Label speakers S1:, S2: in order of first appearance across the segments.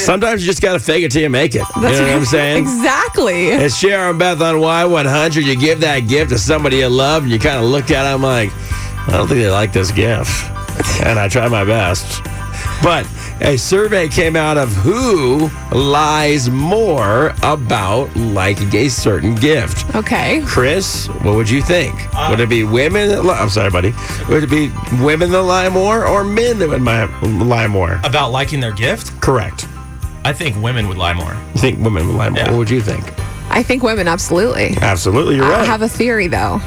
S1: Sometimes you just got to fake it till you make it. You know what I'm saying?
S2: Exactly.
S1: It's Sharon Beth on Y100. You give that gift to somebody you love, and you kind of look at them like, I don't think they like this gift. And I try my best. But a survey came out of who lies more about liking a certain gift.
S2: Okay.
S1: Chris, what would you think? would it be women that lie? I'm sorry, buddy. Would it be women that lie more or men that would mi- lie more?
S3: About liking their gift,
S1: Correct.
S3: I think women would lie more.
S1: You think women would lie more?
S3: Yeah.
S1: What would you think?
S2: I think women, absolutely.
S1: Absolutely, you're
S2: I
S1: right.
S2: have a theory though.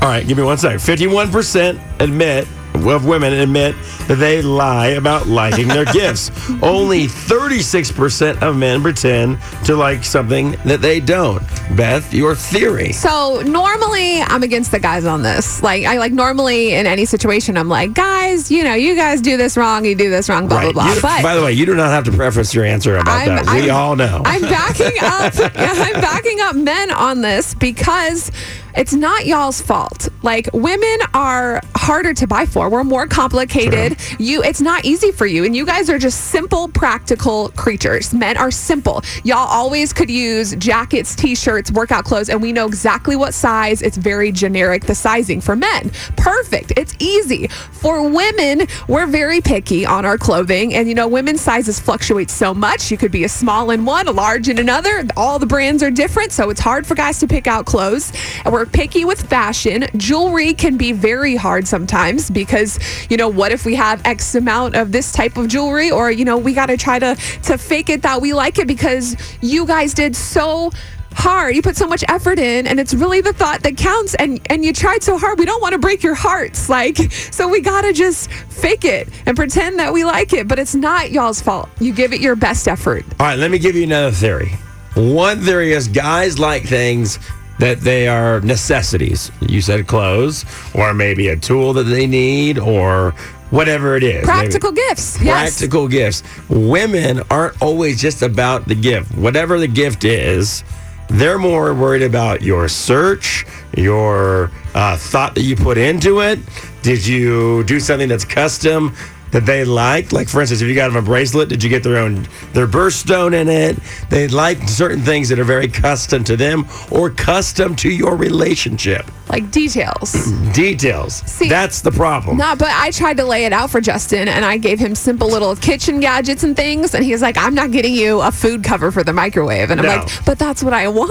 S1: All right, give me one second. Fifty-one percent admit of women admit that they lie about liking their gifts. Only thirty-six percent of men pretend to like something that they don't. Beth, your theory.
S2: So normally I'm against the guys on this. Like I like normally in any situation I'm like, guys, you know, you guys do this wrong, you do this wrong, blah blah blah.
S1: You-
S2: but
S1: by the way, you do not have to preface your answer about
S2: I'm-
S1: that. We
S2: I'm-
S1: all know.
S2: I'm backing up. I'm backing up men on this because it's not y'all's fault. Like women are harder to buy for. We're more complicated. You, it's not easy for you, and you guys are just simple, practical creatures. Men are simple. Y'all always could use jackets, t-shirts, workout clothes, and we know exactly what size. It's very generic. The sizing for men, perfect. It's easy. For women, we're very picky on our clothing, and you know, women's sizes fluctuate so much. You could be a small in one, a large in another. All the brands are different, so it's hard for guys to pick out clothes. And we're picky with fashion. Jewelry can be very hard sometimes because, you know, what if we have X amount of this type of jewelry or, you know, we got to try to to fake it that we like it because you guys did so hard. You put so much effort in and it's really the thought that counts and and you tried so hard. We don't want to break your hearts like so we got to just fake it and pretend that we like it, but it's not y'all's fault. You give it your best effort.
S1: All right, let me give you another theory. One theory is guys like things that they are necessities. You said clothes, or maybe a tool that they need, or whatever it is. Maybe-
S2: Practical gifts. Yes.
S1: Practical gifts. Women aren't always just about the gift. Whatever the gift is, they're more worried about your search, your uh, thought that you put into it. Did you do something that's custom that they liked? Like, for instance, if you got them a bracelet, did you get their own their birthstone in it? They like certain things that are very custom to them or custom to your relationship.
S2: Like details.
S1: Details.
S2: See-
S1: that's the problem.
S2: no, but I tried to lay it out for Justin and I gave him simple little kitchen gadgets and things and he's like, I'm not getting you a food cover for the microwave. And I'm
S1: No.
S2: like, but that's what I want.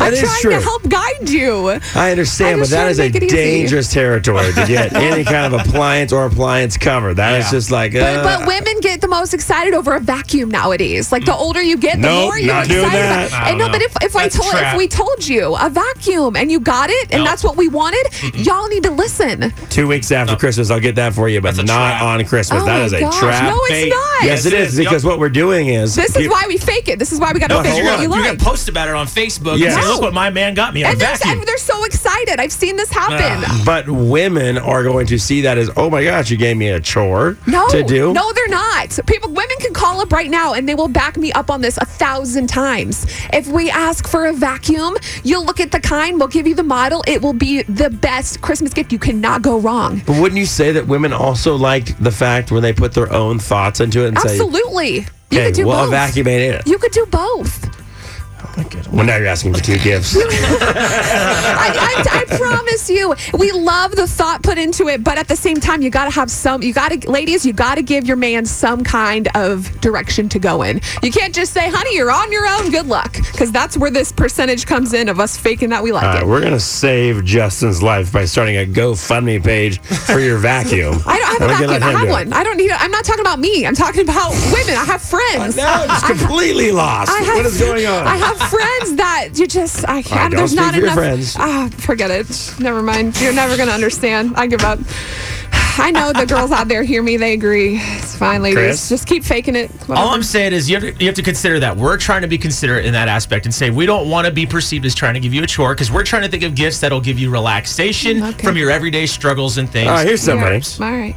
S2: I'm
S1: is
S2: trying
S1: true.
S2: to help guide you.
S1: I understand,
S2: I
S1: but
S2: just
S1: that
S2: try
S1: is
S2: to
S1: a
S2: make it easy.
S1: dangerous territory to get any kind of appliance or appliance cover. That is
S3: Yeah.
S1: just like, uh,
S2: But, but women get the most excited over a vacuum nowadays. Like the older you get, the
S1: Nope,
S2: more you're
S1: not
S2: excited.
S1: doing that.
S2: about it.
S3: I
S2: And
S3: don't
S2: no, but
S3: know.
S2: if, if I
S3: That's a
S2: told if
S3: trap.
S2: we told you a vacuum and you got it and
S3: No.
S2: that's what we wanted, y'all need to listen.
S1: two weeks after Christmas, I'll get that for you, but
S3: That's a
S1: not
S3: trap.
S1: on Christmas.
S2: oh
S1: that
S2: my
S1: is a
S2: gosh.
S1: trap.
S2: No, it's
S3: Bait.
S2: not.
S1: yes, it is,
S3: Yep.
S1: because what we're doing is.
S2: This
S1: Pe-
S2: is why we fake it. This is why we got to
S1: No,
S2: figure
S1: hold
S2: out
S1: on.
S2: what you
S1: You
S3: You
S2: like.
S3: can post about it on Facebook.
S1: Yes.
S3: Say,
S1: No.
S3: Look what my man got me. A
S2: and they're,
S3: vacuum.
S2: and they're so excited. I've seen this happen.
S1: uh, But women are going to see that as, oh my gosh, you gave me a chore
S2: No,
S1: to do.
S2: no, they're not. People, women can call up right now, and they will back me up on this a thousand times. If we ask for a vacuum, you'll look at the kind. We'll give you the model. It will be the best Christmas gift. You cannot go wrong.
S1: But wouldn't you say that women also liked the fact when they put their own thoughts into it and
S2: Absolutely, you
S1: say, hey,
S2: could do
S1: well,
S2: both.
S1: a vacuum ain't it.
S2: You could do both.
S1: Well, now you're asking for two gifts.
S2: I, I, I promise you, we love the thought put into it, but at the same time, you got to have some. You got to, ladies, you got to give your man some kind of direction to go in. You can't just say, "Honey, you're on your own. Good luck," because that's where this percentage comes in of us faking that we like
S1: All right,
S2: it.
S1: we're gonna save Justin's life by starting a GoFundMe page for your vacuum.
S2: I don't have a
S1: And we're gonna
S2: vacuum.
S1: let
S2: I
S1: him
S2: have
S1: do it.
S2: one. I don't need. I'm not talking about me. I'm talking about women. I have friends.
S1: Now it's completely lost.
S2: I have,
S1: what is going on?
S2: I have friends that you just I can't.
S1: don't
S2: there's
S1: speak
S2: not
S1: for your
S2: enough.
S1: friends.
S2: Ah, forget it. Never mind. You're never gonna understand. I give up. I know the girls out there hear me. They agree. It's fine, ladies.
S1: Chris?
S2: Just keep faking it.
S3: All
S2: Whatever.
S3: I'm saying is you have, to, you have to consider that. We're trying to be considerate in that aspect and say we don't want to be perceived as trying to give you a chore because we're trying to think of gifts that'll give you relaxation
S2: Okay.
S3: from your everyday struggles and things.
S1: All right, here's
S2: Yeah.
S1: somebody.
S2: All right.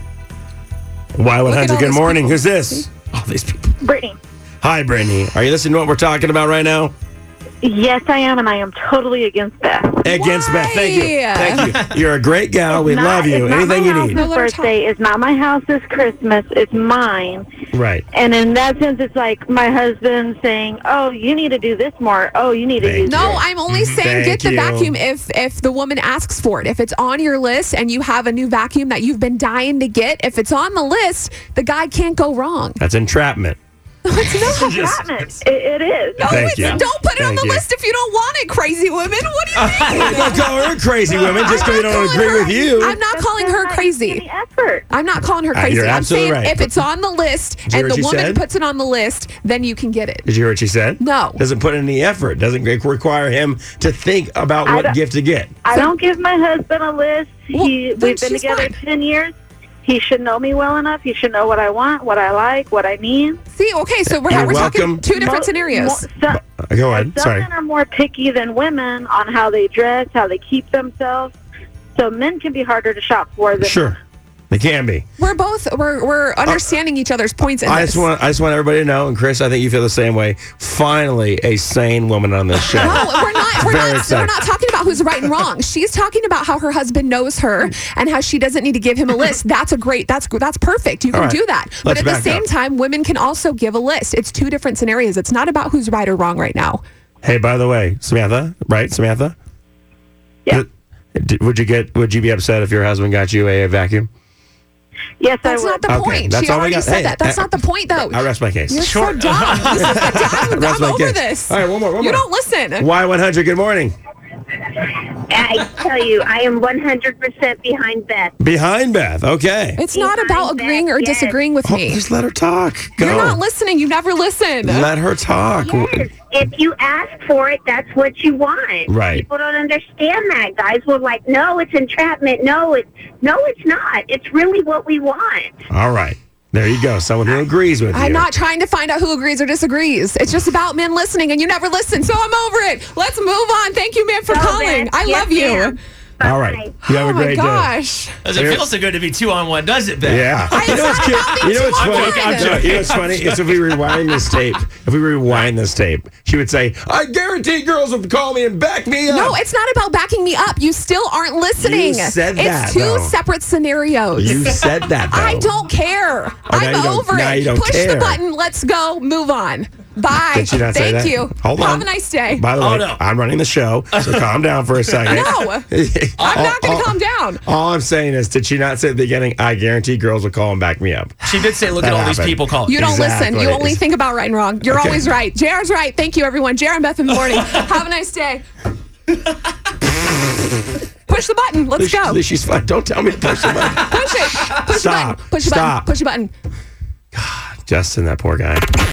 S2: Look at all
S1: Y100. Good
S2: these
S1: morning.
S2: people.
S1: Who's this? All these people.
S4: Brittany.
S1: Hi, Brittany. Are you listening to what we're talking about right now?
S4: Yes, I am, and I am totally against Beth.
S1: Against
S2: Why?
S1: Beth. Thank you. Thank you. You're a great gal. We
S4: Not-
S1: love you.
S4: it's not
S1: Anything
S4: my
S1: you
S4: house's
S1: need.
S2: No, let her talk.
S4: birthday. It's not my house this Christmas. It's mine.
S1: Right.
S4: And in that sense, it's like my husband saying, "Oh, you need to do this more. Oh, you need to
S1: Thank
S4: do
S2: No,
S4: this."
S2: I'm only saying
S1: Mm-hmm. Thank
S2: get the
S1: you.
S2: vacuum if if the woman asks for it. If it's on your list and you have a new vacuum that you've been dying to get, if it's on the list, the guy can't go wrong.
S1: That's entrapment.
S2: It's not.
S3: Yes.
S4: It, it is.
S2: No,
S1: Thank
S2: it's,
S1: you.
S2: don't put it on
S1: Thank
S2: the
S1: you.
S2: list if you don't want it, crazy women. What do you mean?
S1: Don't call her crazy women just because we
S2: I'm not
S1: don't
S2: calling
S1: agree
S2: her-
S1: with you.
S2: I'm not
S4: That's
S2: calling
S4: just
S2: her
S4: not
S2: crazy.
S4: Any effort.
S2: I'm not calling her
S1: Uh,
S2: crazy.
S1: you're
S2: I'm
S1: absolutely
S2: saying
S1: right.
S2: if it's on the list
S1: you hear
S2: and
S1: what
S2: the
S1: she
S2: woman
S1: said?
S2: puts it on the list, then you can get it.
S1: Did you hear what she said?
S2: No.
S1: Doesn't put in any effort. Doesn't require him to think about
S4: I
S1: what
S4: don't-
S1: gift to get.
S4: I don't give my husband a list.
S2: Well,
S4: he,
S2: then
S4: we've
S2: she's
S4: been together
S2: fine.
S4: ten years. He should know me well enough. He should know what I want, what I like, what I need.
S2: See, okay, so we're,
S1: You're
S2: we're
S1: welcome.
S2: talking two different
S4: Mo-
S2: scenarios.
S4: mo- some-
S1: Uh, Go on.
S4: Some
S1: Sorry.
S4: men are more picky than women on how they dress, how they keep themselves. So men can be harder to shop for than
S1: Sure. They can be.
S2: We're both we're we're understanding each other's points in
S1: Uh, I
S2: this.
S1: just want I just want everybody to know, and Chris, I think you feel the same way. Finally, a sane woman on this show.
S2: No, we're not. We're
S1: Very
S2: not,
S1: excited.
S2: we're not talking about who's right and wrong. She's talking about how her husband knows her and how she doesn't need to give him a list. That's a great. That's that's perfect. You can
S1: All right.
S2: do that. but
S1: Let's
S2: at the
S1: back
S2: same
S1: up.
S2: time, women can also give a list. It's two different scenarios. It's not about who's right or wrong right now.
S1: Hey, by the way, Samantha, right? Samantha.
S4: Yeah.
S1: Did- Would you get? Would you be upset if your husband got you a vacuum?
S4: Yes,
S2: That's
S4: I would.
S2: not the
S1: Okay,
S2: point.
S1: that's
S2: She
S1: all we
S2: already
S1: got.
S2: said
S1: Hey,
S2: that. That's
S1: I-
S2: not the point, though.
S1: I rest my case.
S2: You're
S3: Sure.
S2: so dumb. This is the dumb.
S1: Rest
S2: I'm
S1: my
S2: over
S1: case.
S2: this.
S1: All right, one more. One
S2: you
S1: more.
S2: don't listen.
S1: Why 100? Good morning.
S5: I tell you, I am 100% behind Beth.
S1: Behind Beth. Okay.
S2: It's not
S5: Behind
S2: about
S5: that,
S2: agreeing or
S5: yes.
S2: disagreeing with
S1: Oh,
S2: me.
S1: just let her talk. Go.
S2: You're not listening. You never listen.
S1: Let her talk.
S5: Yes, if you ask for it, that's what you want.
S1: Right.
S5: People don't understand that. Guys were like, no, it's entrapment. No, it's, no, it's not. It's really what we want.
S1: All right. There you go. Someone who agrees with you.
S2: I'm not trying to find out who agrees or disagrees. It's just about men listening, and you never listen. So I'm over it. Let's move on. Thank you, man, for
S5: Go,
S2: calling.
S5: Beth.
S2: I
S5: Yes,
S2: love you.
S5: ma'am.
S1: All right.
S5: Bye.
S1: You have
S2: oh
S1: a great
S2: my gosh.
S3: Doesn't feel so good to be two on one, does it,
S1: day.
S3: Ben?
S1: Yeah.
S2: I
S1: you know what's cute?
S2: about
S1: You know what's
S2: being
S1: funny?
S2: too
S1: I'm
S2: honest.
S1: joking. You know what's funny? It's if we rewind this tape. If we rewind this tape, she would say, "I guarantee girls would call me and back me up."
S2: No, it's not about backing me up. You still aren't listening.
S1: You said
S2: it's
S1: that,
S2: two
S1: though.
S2: separate scenarios.
S1: you said that. Though.
S2: I don't care.
S1: Oh, now you
S2: I'm
S1: don't-
S2: over
S1: now
S2: it.
S1: you don't
S2: Push
S1: care.
S2: the button. Let's go. Move on. Bye.
S1: Did she not say
S2: Thank
S1: that?
S2: you.
S1: Hold on.
S2: Have a nice day.
S1: By the way,
S3: Oh, no.
S1: I'm running the show, so calm down for a second.
S2: No.
S1: All-
S2: I'm not going
S1: all-
S2: to calm down.
S1: All I'm saying is, did she not say at the beginning? I guarantee girls will call and back me up.
S3: She did say, look
S1: That
S3: at all these
S1: happened.
S3: people calling.
S2: You don't listen.
S1: Exactly.
S2: You only think about right and wrong. You're
S1: Okay.
S2: always right. JR's right. Thank you, everyone. JR and Beth in the morning. Have a nice day. Push the button. Let's
S1: At
S2: go.
S1: least She's fine. Don't tell me to push the button.
S2: Push it. Push the
S1: Stop.
S2: button. Push the
S1: Stop.
S2: button. Push the button.
S1: Justin, that poor guy.